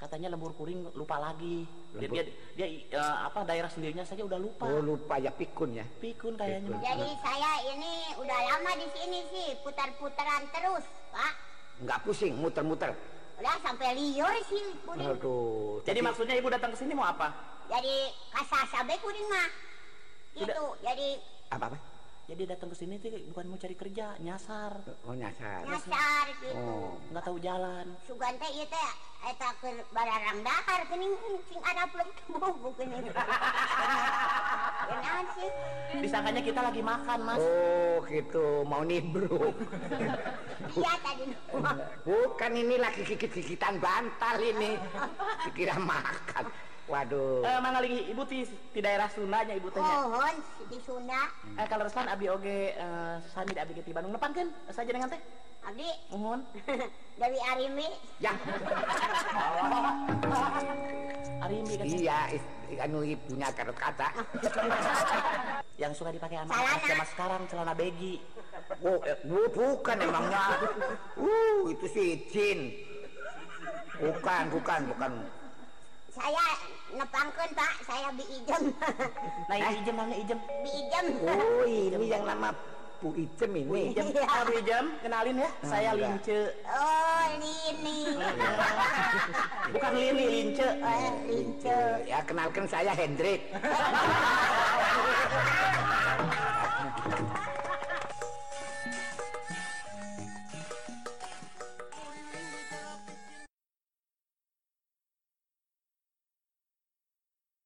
B: Katanya lembur kuring lupa lagi. Dia,
A: Lembur.
B: dia, dia, eh, apa daerah sendirinya saja udah lupa.
A: Oh, lupa ya pikun ya.
B: Pikun kayaknya.
D: Jadi saya ini udah lama di sini sih putar-putaran terus, Pak.
A: Nggak pusing, muter-muter.
D: Udah sampai liur sih kuring.
A: Aduh.
B: Jadi maksudnya ibu datang ke sini mau apa?
D: Jadi kasah sabe kuring mah. Gitu. Jadi
A: apa-apa?
B: Jadi datang ke sini teh bukan mau cari kerja, nyasar,
A: Oh nyasar.
D: nyasar gitu
A: Oh.
B: nggak tahu jalan.
D: sugan teh ieu teh eta keur bararang dahar geuning cing ada belum tumbuh geuning [LAUGHS] Enak sih.
B: Disangkanya kita lagi makan, Mas.
A: Oh gitu mau nimbrung.
D: Iya tadi. mah.
A: Bukan ini lagi gigit-gigitan bantal ini. Dikira makan. Waduh.
B: Eh, mana lagi ibu ti, ti daerah Sundanya ibu tanya.
A: Oh.
D: Pohon di Sunda.
B: Eh, kalau reslan abi oge eh, sami da abi ke ti Bandung lepankeun saja dengan teh.
D: [LAUGHS] Abdi
B: Nuhun.
D: dari Arimi.
A: Ya.
B: Arimbi kan.
A: Iya, is- anu ibunya karut kata.
B: [LAUGHS] Yang suka dipakai anak
D: Celana.
B: zaman sekarang celana begi.
A: Oh, eh, bu- bukan emangnya. Uh, itu si jin. Bukan, bukan, bukan.
D: Saya nepangkeun Pak, saya bi ijem.
B: Nah,
A: Eh.
B: ini ijem namanya
A: [LAUGHS]
B: ijem.
D: [LAUGHS] bi ijem.
A: Oh, ini yang nama Bu Ijem ini.
B: Ijem. Kalau Bu ijem, kenalin
A: Nah,
B: ya. Saya
A: enggak.
B: Lince.
D: Oh, ini.
B: Bukan Lili, Lince.
A: Iya.
D: Oh, lince.
A: Ya, kenalkan saya Hendrik.